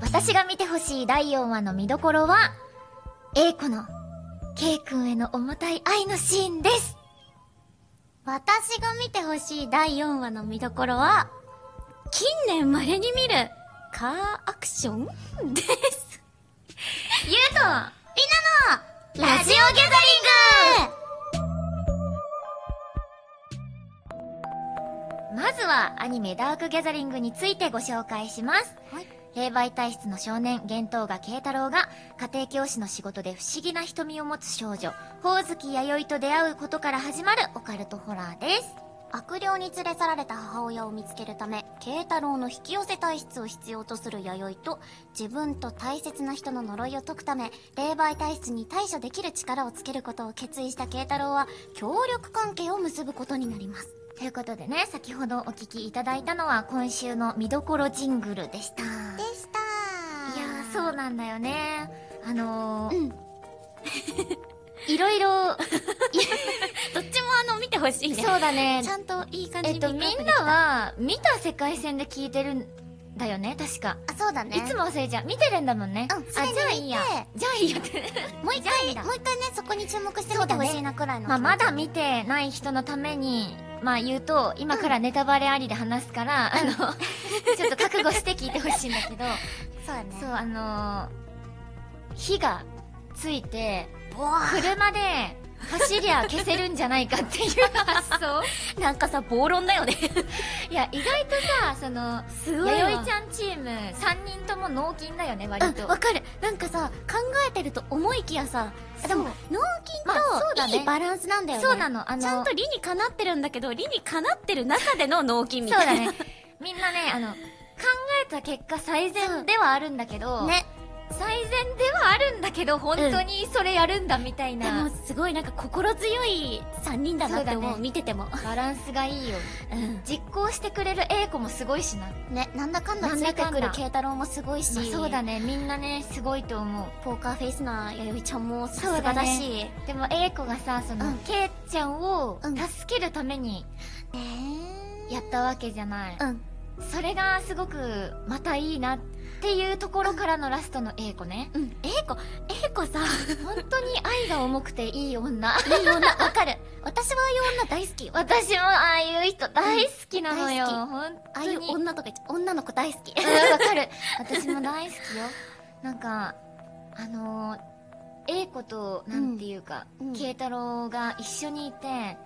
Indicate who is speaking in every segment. Speaker 1: 私が見てほしい第4話の見どころは、A 子の K 君への重たい愛のシーンです。
Speaker 2: 私が見てほしい第4話の見どころは、近年稀に見るカーアクションです。
Speaker 1: ゆうと、
Speaker 2: みんなのラジオギャザリング
Speaker 1: まずはアニメダークギャザリングについてご紹介します。
Speaker 2: はい
Speaker 1: 霊媒体質の少年、幻灯が慶太郎が、家庭教師の仕事で不思議な瞳を持つ少女、宝月弥生と出会うことから始まるオカルトホラーです。
Speaker 2: 悪霊に連れ去られた母親を見つけるため慶太郎の引き寄せ体質を必要とする弥生と自分と大切な人の呪いを解くため霊媒体質に対処できる力をつけることを決意した慶太郎は協力関係を結ぶことになります
Speaker 1: ということでね、先ほどお聞きいただいたのは今週の見どころジングルでした。い
Speaker 2: した
Speaker 1: やー、そうなんだよね。あのー、
Speaker 2: うん
Speaker 1: いろいろ、
Speaker 2: どっちもあの見てほしい
Speaker 1: そうだね
Speaker 2: ち。ゃんといい感じ
Speaker 1: えっ
Speaker 2: にピッ
Speaker 1: と、みん
Speaker 2: クアップでき
Speaker 1: な
Speaker 2: た
Speaker 1: は、見た世界線で聞いてるんだよね、確か。
Speaker 2: あそうだね
Speaker 1: いつも忘れちゃう。見てるんだもんね。
Speaker 2: うん
Speaker 1: あ、
Speaker 2: す
Speaker 1: じゃあ
Speaker 2: でに
Speaker 1: いいや
Speaker 2: 見て。
Speaker 1: じゃあいいやって。
Speaker 2: もう一
Speaker 1: じゃあい
Speaker 2: 回
Speaker 1: い
Speaker 2: も
Speaker 1: な
Speaker 2: う一回ねそこに注目して
Speaker 1: そ
Speaker 2: み
Speaker 1: う
Speaker 2: て
Speaker 1: だ
Speaker 2: ほ
Speaker 1: ね
Speaker 2: しいなくらいの
Speaker 1: まあ、まだ
Speaker 2: 見
Speaker 1: 見てない人のために、まあ言うと、今からネタバレありで話すから、あの、 ちょっと覚悟して聞いてほしいんだけど、
Speaker 2: そうだね
Speaker 1: そう、あのー火がついて、
Speaker 2: ボワ
Speaker 1: 車で走りゃ消せるんじゃないかっていう発想
Speaker 2: ー なんかさ暴論だよね
Speaker 1: いや、意外とさ、その、
Speaker 2: す
Speaker 1: 弥生ちゃんチーム3人とも脳筋だよね、割
Speaker 2: う
Speaker 1: と。
Speaker 2: ん、わかるなんかさ考えてると思いきやさ
Speaker 1: そう
Speaker 2: でも脳
Speaker 1: まあそうだね
Speaker 2: 筋といいバランスなんだよね,、
Speaker 1: そうなの、あの、
Speaker 3: ちゃんと理にかなってるんだけど、理にかなってる中での脳筋み
Speaker 1: そう
Speaker 3: たい
Speaker 1: だ
Speaker 3: な。
Speaker 1: ね。みんなね、あの、考えた結果最善ではあるんだけど、
Speaker 2: ね
Speaker 1: 最善ではあるんだけど、本当にそれやるんだみたい
Speaker 3: で
Speaker 1: な、
Speaker 3: もすごいなんか心強い3人だなって
Speaker 1: そう
Speaker 3: 思
Speaker 1: だ
Speaker 3: う、
Speaker 1: ね
Speaker 3: 見てても。
Speaker 1: バランスがいいよ。
Speaker 3: うん。
Speaker 1: 実行してくれる A 子もすごいしな。
Speaker 2: ねなんだかんだ
Speaker 1: なん
Speaker 2: つ
Speaker 1: だ
Speaker 2: いて
Speaker 1: かんだ
Speaker 2: くる慶太郎もすごいし、
Speaker 1: まあそうだね、みんなね、すごいと思う。
Speaker 2: ポーカーフェイスな弥生ちゃんもさ
Speaker 1: そ
Speaker 2: す
Speaker 1: うだ
Speaker 2: が
Speaker 1: ね
Speaker 2: だしね
Speaker 1: でも A 子がさ、その、
Speaker 2: うん
Speaker 1: ケイちゃんを
Speaker 2: うん
Speaker 1: 助けるために
Speaker 2: え
Speaker 1: やったわけじゃない。
Speaker 2: うん
Speaker 1: それがすごく、またいいなっていうところからのラストの A 子ね。
Speaker 2: うんえいこえいこ さ
Speaker 1: 本当に愛が重くていい女。
Speaker 2: いい女わかる私はああいう女大好きよあ
Speaker 1: 私もああいう人大好きなのよ。
Speaker 2: うん
Speaker 1: 本当
Speaker 2: あ
Speaker 1: に。
Speaker 2: いう女とか言っちゃ女の子大好き
Speaker 1: うんわかる。私も大好きよ。なんか、あのー、A 子と、なんていうか
Speaker 2: うんうん、
Speaker 1: 慶、太郎が一緒にいて、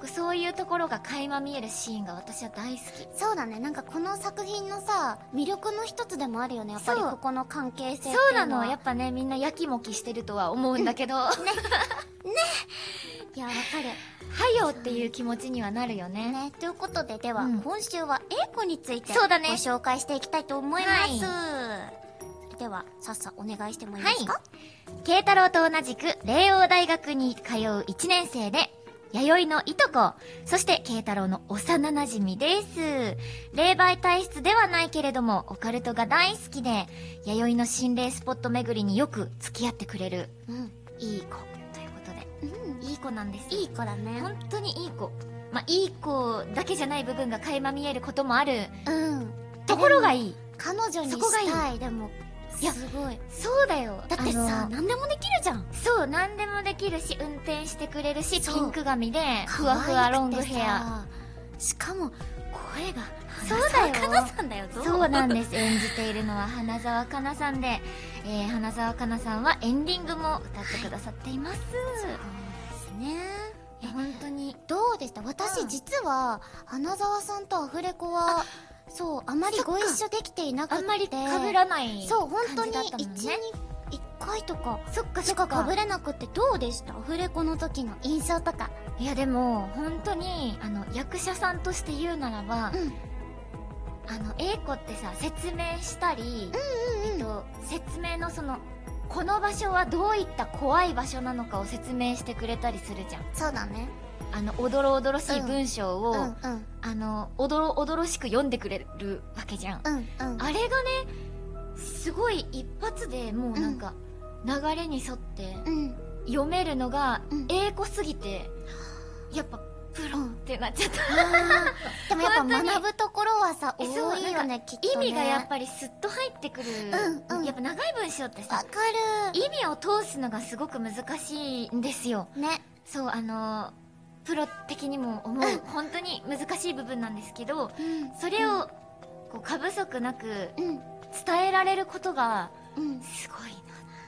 Speaker 1: こうそういうところが垣間見えるシーンが私は大好き。
Speaker 2: そうだねなんかこの作品のさ魅力の一つでもあるよねやっぱり
Speaker 1: そう
Speaker 2: ここの関係性ってい
Speaker 1: そうな
Speaker 2: のは
Speaker 1: の。やっぱね、みんなやきもきしてるとは思うんだ けど、は
Speaker 2: いやわかる
Speaker 1: よっていう気持ちにはなるよね。
Speaker 2: ね、ということででは、
Speaker 1: うん
Speaker 2: 今週は A 子について
Speaker 1: そうだね
Speaker 2: ご紹介していきたいと思います、ではさっさお願いしてもいいですか、
Speaker 1: は慶太郎と同じく、霊王大学に通う1年生で、弥生のいとこ、そして慶太郎の幼馴染みです。霊媒体質ではないけれども、オカルトが大好きで、弥生の心霊スポット巡りによく付き合ってくれる、
Speaker 2: うん
Speaker 1: いい子。ということで、
Speaker 2: うん
Speaker 1: いい子なんです。
Speaker 2: いい子だね
Speaker 1: 本当にいい子。まあ、いい子だけじゃない部分が垣間見えることもある
Speaker 2: うん
Speaker 1: ところがいい。
Speaker 2: 彼女に
Speaker 1: そこがいい
Speaker 2: したいでも
Speaker 1: いや
Speaker 2: すごい
Speaker 1: そうだよ。
Speaker 2: だって
Speaker 1: あ
Speaker 2: さ
Speaker 1: の
Speaker 2: 何でもできるじゃん
Speaker 1: そう、何でもできるし、運転してくれるし、
Speaker 2: そう
Speaker 1: ピンク髪で、ふわふわロングヘア。
Speaker 2: アしかも声が
Speaker 1: そうだよ
Speaker 2: 花澤香菜さんだよど
Speaker 1: そうなんです。演じているのは花澤香菜さんで、えー、花澤香菜さんはエンディングも歌ってくださっています。
Speaker 2: そうですね
Speaker 1: いや本当に。
Speaker 2: どうでした私、
Speaker 1: うん
Speaker 2: 実は花澤さんとアフレコはそうあまりご一緒できていなくて
Speaker 1: あんまり被らない。
Speaker 2: そう本当に
Speaker 1: 感じだったも
Speaker 2: 1、
Speaker 1: んね
Speaker 2: 2 1回とか
Speaker 1: そっかそ
Speaker 2: し
Speaker 1: っか。
Speaker 2: か被れなくてどうでしたアフレコの時の印象とか
Speaker 1: いやでも、本当に、あの、役者さんとして言うならば、
Speaker 2: うん
Speaker 1: あの、A 子ってさ、説明したり、えっと、説明のその、この場所はどういった怖い場所なのかを説明してくれたりするじゃん。
Speaker 2: そうだね
Speaker 1: あの、おどろおどろしい
Speaker 2: うん
Speaker 1: 文章を、
Speaker 2: うんうんうん
Speaker 1: あの、おどろおどろしく読んでくれるわけじゃん。
Speaker 2: うん
Speaker 1: あれがね、すごい一発でもうなんか、流れに沿って
Speaker 2: うん
Speaker 1: 読めるのが
Speaker 2: うん、
Speaker 1: 英語すぎて、やっぱ、
Speaker 2: プロン
Speaker 1: ってなっちゃった
Speaker 2: でもやっぱ
Speaker 1: 本当に
Speaker 2: 学ぶところはさ多
Speaker 1: えそう
Speaker 2: いよ
Speaker 1: な
Speaker 2: ね
Speaker 1: んか
Speaker 2: きっとね
Speaker 1: 意味がやっぱりスッと入ってくる、
Speaker 2: うんうん
Speaker 1: やっぱ長い文章って
Speaker 2: わ
Speaker 1: さ
Speaker 2: か
Speaker 1: 意味を通すのがすごく難しいんですよ
Speaker 2: るね
Speaker 1: そうあのプロ的にも思う本当に難しい部分なんですけど
Speaker 2: うん
Speaker 1: それをこう過不足なく
Speaker 2: うん
Speaker 1: 伝えられることが
Speaker 2: うん
Speaker 1: すごいなっ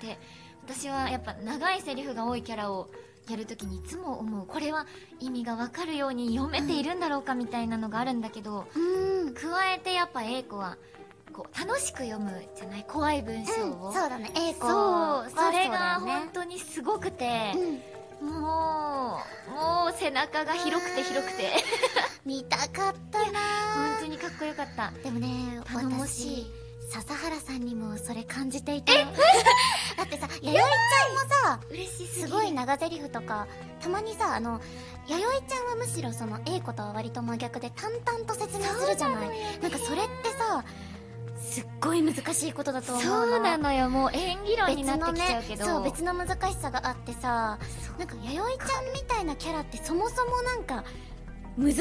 Speaker 1: て私はやっぱ長いセリフが多いキャラをやるときにいつも思うこれは意味がわかるように読めているんだろうかみたいなのがあるんだけど、
Speaker 2: うん
Speaker 1: 加えてやっぱ英子はこう楽しく読むじゃない怖い文章を、
Speaker 2: そうだね A 子
Speaker 1: そうそれが
Speaker 2: は
Speaker 1: 本当にすごくて、
Speaker 2: そうだよね
Speaker 1: もうもう背中が広くて広くて
Speaker 2: うん見たかったな
Speaker 1: 本当にかっこよかった
Speaker 2: でもね
Speaker 1: 頼もしい
Speaker 2: 私笹原さんにもそれ感じていてだってさ弥生ちゃんもさ
Speaker 1: 嬉し
Speaker 2: すごい長台詞とかたまにさあの弥生ちゃんはむしろその A 子とは割と真逆で淡々と説明するじゃないなんかそれってさすっごい難しいことだと思うの
Speaker 1: そうなのよもう演技論になってきちゃうけど、
Speaker 2: そう別の難しさがあってさなんか弥生ちゃんみたいなキャラってそもそもなんか難し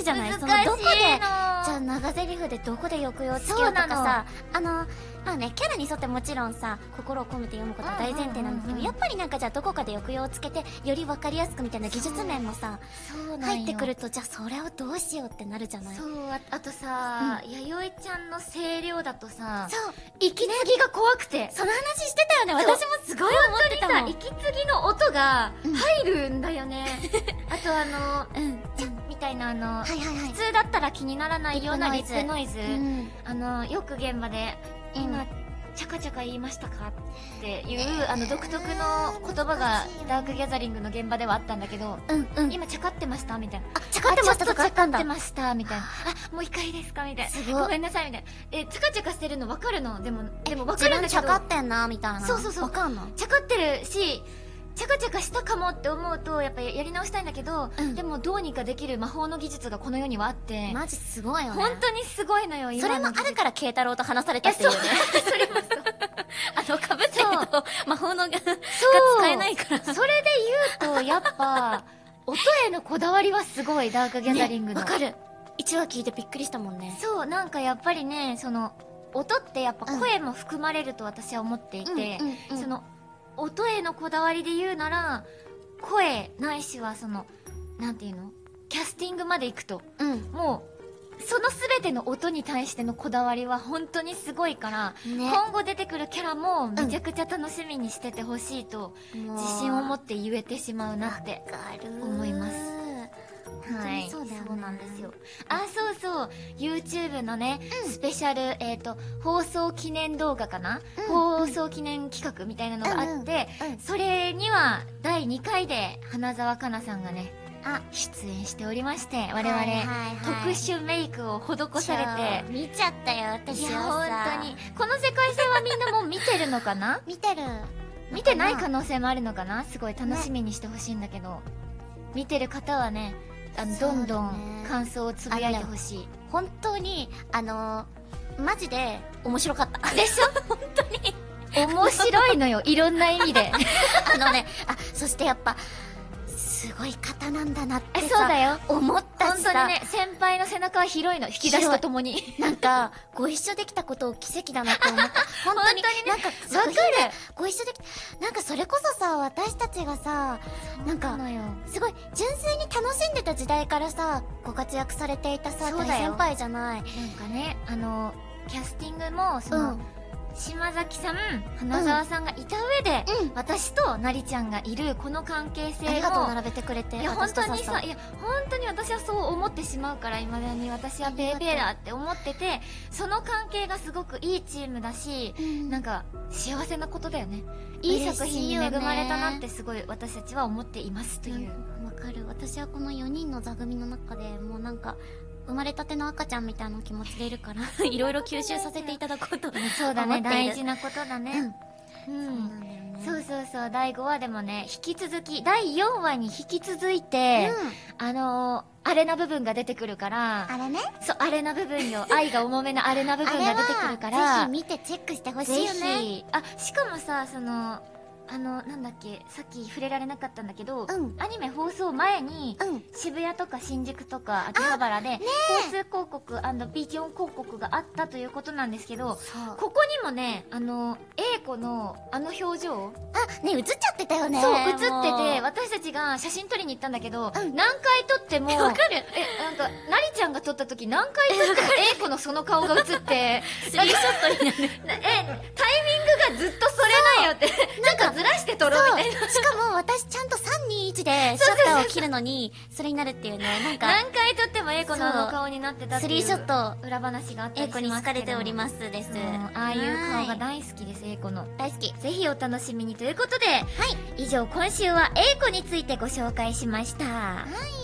Speaker 2: いじゃない
Speaker 1: 難しい
Speaker 2: そ
Speaker 1: の
Speaker 2: のどこでじゃあ長台詞でどこで抑揚をつけようとかさあのまあねキャラに沿ってもちろんさ心を込めて読むことは大前提なんだけど、
Speaker 1: うんうんうんうん
Speaker 2: やっぱりなんかじゃあどこかで抑揚をつけてより分かりやすくみたいな技術面もさ
Speaker 1: そうなんよ
Speaker 2: 入ってくるとじゃあそれをどうしようってなるじゃない
Speaker 1: そ
Speaker 2: そう
Speaker 1: うああとさ、弥生ちゃんの声量だとさ
Speaker 2: そ
Speaker 1: 息継ぎが怖くて
Speaker 2: の話してたよね
Speaker 1: そう
Speaker 2: 私もすごい思ってたもん
Speaker 1: 息継ぎの音が入るんだよね、あとあ
Speaker 2: うん、うん、
Speaker 1: のみたいなあの、
Speaker 2: はいはいはい
Speaker 1: 普通だったら気にならないような
Speaker 2: リ
Speaker 1: リッ
Speaker 2: ップ
Speaker 1: プ
Speaker 2: ノ
Speaker 1: ノイズ、
Speaker 2: うん
Speaker 1: あのよく現場で「
Speaker 2: うん
Speaker 1: 今、ちゃかちゃか言いましたか?」っていう、あの独特の言葉がダークギャザリングの現場ではあったんだけど
Speaker 2: うんう
Speaker 1: 「
Speaker 2: ん
Speaker 1: 今ちゃかってました?」みたいな
Speaker 2: あちゃかってましたとかあったんだ
Speaker 1: ちょとちゃかってましたみたいな。あ、もう一回ですかみたいな。
Speaker 2: すごい
Speaker 1: ごめんなさいみたいな。え、チャカチャカしてるの分かるのでも、でも分
Speaker 2: 自
Speaker 1: かるんだけ
Speaker 2: 分ちゃ
Speaker 1: ど。
Speaker 2: かってんなみたいな
Speaker 1: そうそうそう
Speaker 2: わかんない
Speaker 1: チャカってるし、チャカチャカしたかもって思うと、やっぱやり直したいんだけど、
Speaker 2: うん
Speaker 1: でもどうにかできる魔法の技術がこの世にはあって、
Speaker 2: マジすごいよね
Speaker 1: 本当にすごいのよ、
Speaker 2: それもあるから慶太郎と話された っていうね
Speaker 1: それもそう。
Speaker 3: あの、かぶってると、魔法のが、が
Speaker 1: そう
Speaker 3: 使えないから。
Speaker 1: それで言うと、やっぱ、音へのこだわりはすごい、ダークギャザリングの。
Speaker 2: ねわかる一話聞いてびっくりしたもんね
Speaker 1: そうなんかやっぱりねその音ってやっぱ声も含まれると私は思っていて、
Speaker 2: うんうんうん
Speaker 1: その音へのこだわりで言うなら声ないしはそのなんていうのキャスティングまで行くと
Speaker 2: うん
Speaker 1: もうその全ての音に対してのこだわりは本当にすごいから、
Speaker 2: ね
Speaker 1: 今後出てくるキャラもめちゃくちゃ楽しみにしててほしいと自信を持
Speaker 2: っ
Speaker 1: って言えてしまうなって
Speaker 2: て
Speaker 1: 思います
Speaker 2: はい
Speaker 1: そうだよ、
Speaker 2: そうな
Speaker 1: なんん
Speaker 2: で
Speaker 1: ですす
Speaker 2: よ
Speaker 1: よあそうそう YouTube のね、スペシャル、えっと放送記念動画かな、
Speaker 2: うん
Speaker 1: 放送記念企画みたいなのがあって、
Speaker 2: うんうん
Speaker 1: それには第2回で花澤香菜さんがね
Speaker 2: あ
Speaker 1: 出演しておりまして我々、
Speaker 2: はいはいはい
Speaker 1: 特殊メイクを施され
Speaker 2: そう見ちゃったよ
Speaker 1: てい
Speaker 2: 私
Speaker 1: や
Speaker 2: はさ
Speaker 1: 本当にこの世界線はみんなもう見てるのかな
Speaker 2: 見てる
Speaker 1: 見てない可能性もあるのかなすごい楽しみにしてほしいんだけど、見てる方はねあの
Speaker 2: そうだ
Speaker 1: ど
Speaker 2: ね
Speaker 1: んどん感想をつぶやいてほしい
Speaker 2: 本当にあのマジで面白かった
Speaker 1: でしょ本当に面白いのよいろんな意味で
Speaker 2: あのねあそしてやっぱすごい方なんだなって
Speaker 1: え
Speaker 2: さ
Speaker 1: そうだよ
Speaker 2: 思った
Speaker 1: 本
Speaker 2: し
Speaker 1: 当
Speaker 2: さ
Speaker 1: にね先輩の背中は広いの引き出しとともに
Speaker 2: なんか、ご一緒できたことを奇跡だなって思 った。本当に、
Speaker 1: 本当にね
Speaker 2: なんか、
Speaker 1: わかる
Speaker 2: ご一緒できなんかそれこそさ、私たちがさ、なん
Speaker 1: そう
Speaker 2: か、
Speaker 1: のよ
Speaker 2: すごい純粋に楽しんでた時代からさ、ご活躍されていたさ、
Speaker 1: そうだ
Speaker 2: 大
Speaker 1: よ
Speaker 2: 先輩じゃな
Speaker 1: な
Speaker 2: い。
Speaker 1: んかねあのキャスティングもそうの、
Speaker 2: ん。
Speaker 1: 島崎さん花澤さんがいた上で、
Speaker 2: うん
Speaker 1: 私となりちゃんがいるこの関係性
Speaker 2: ありがとう、
Speaker 1: も
Speaker 2: 並べてくれて。
Speaker 1: いや本
Speaker 2: 私と
Speaker 1: 当に
Speaker 2: さ
Speaker 1: さいや本当に私はそう思ってしまうからいまだに私はペーペーだって思っててその関係がすごくいいチームだし
Speaker 2: うん
Speaker 1: なんか幸せなことだよねいい作品に恵まれたなってすごい私たちは思っていますという
Speaker 2: うんわかる。私はこの4人の座組の中でもうなんか、生まれたての赤ちゃんみたいな気持ちでい るから、いろいろ吸収させていただこうと。
Speaker 1: そうだ
Speaker 2: 思っ
Speaker 1: ね
Speaker 2: ている
Speaker 1: 大事なことだねう
Speaker 2: そ
Speaker 1: ん
Speaker 2: なんだよね
Speaker 1: そうそうそう第5話でもね引き続き第4話に引き続いて、
Speaker 2: うん
Speaker 1: あのー、アレな部分が出てくるから
Speaker 2: あれね。
Speaker 1: そうアレな部分よ愛が重めのアレな部分が出てくるか
Speaker 2: あれは
Speaker 1: ら
Speaker 2: ぜひ見てチェックしてほしい
Speaker 1: ぜ
Speaker 2: よね
Speaker 1: ひあしかもさそのあのなんだっけさっき触れられなかったんだけど、
Speaker 2: うん
Speaker 1: アニメ放送前に、
Speaker 2: うん
Speaker 1: 渋谷とか新宿とか秋葉原で、交通広告 &B 基本広告があったということなんですけど
Speaker 2: そう
Speaker 1: ここにもねあの A 子のあの表情
Speaker 2: あね映っちゃってたよね
Speaker 1: そう映ってて
Speaker 3: もう
Speaker 1: 私たちが写真撮りに行ったんだけど、
Speaker 2: うん
Speaker 1: 何回撮ってもえなんかなりちゃんが撮った時何回撮って も A 子のその顔が映って
Speaker 3: スリーショットになる。
Speaker 1: なえタイミングがずっとそれないよ ってなんかずらして撮ろうみたいな
Speaker 2: そうしかも私ちゃんと321でシャッターを切るのにそれになるっていうねなんか
Speaker 1: 何回撮っても A 子のあの顔になってたっていう
Speaker 2: スリーショッ
Speaker 1: 裏話があった
Speaker 2: 英
Speaker 1: りしますけ
Speaker 2: 子に
Speaker 1: ど
Speaker 2: 好かれておりますです
Speaker 1: そうああいう顔が大好きです A 子の
Speaker 2: 大好き
Speaker 1: ぜひお楽しみにということで、以上今週は A 子についてご紹介しました。
Speaker 2: はい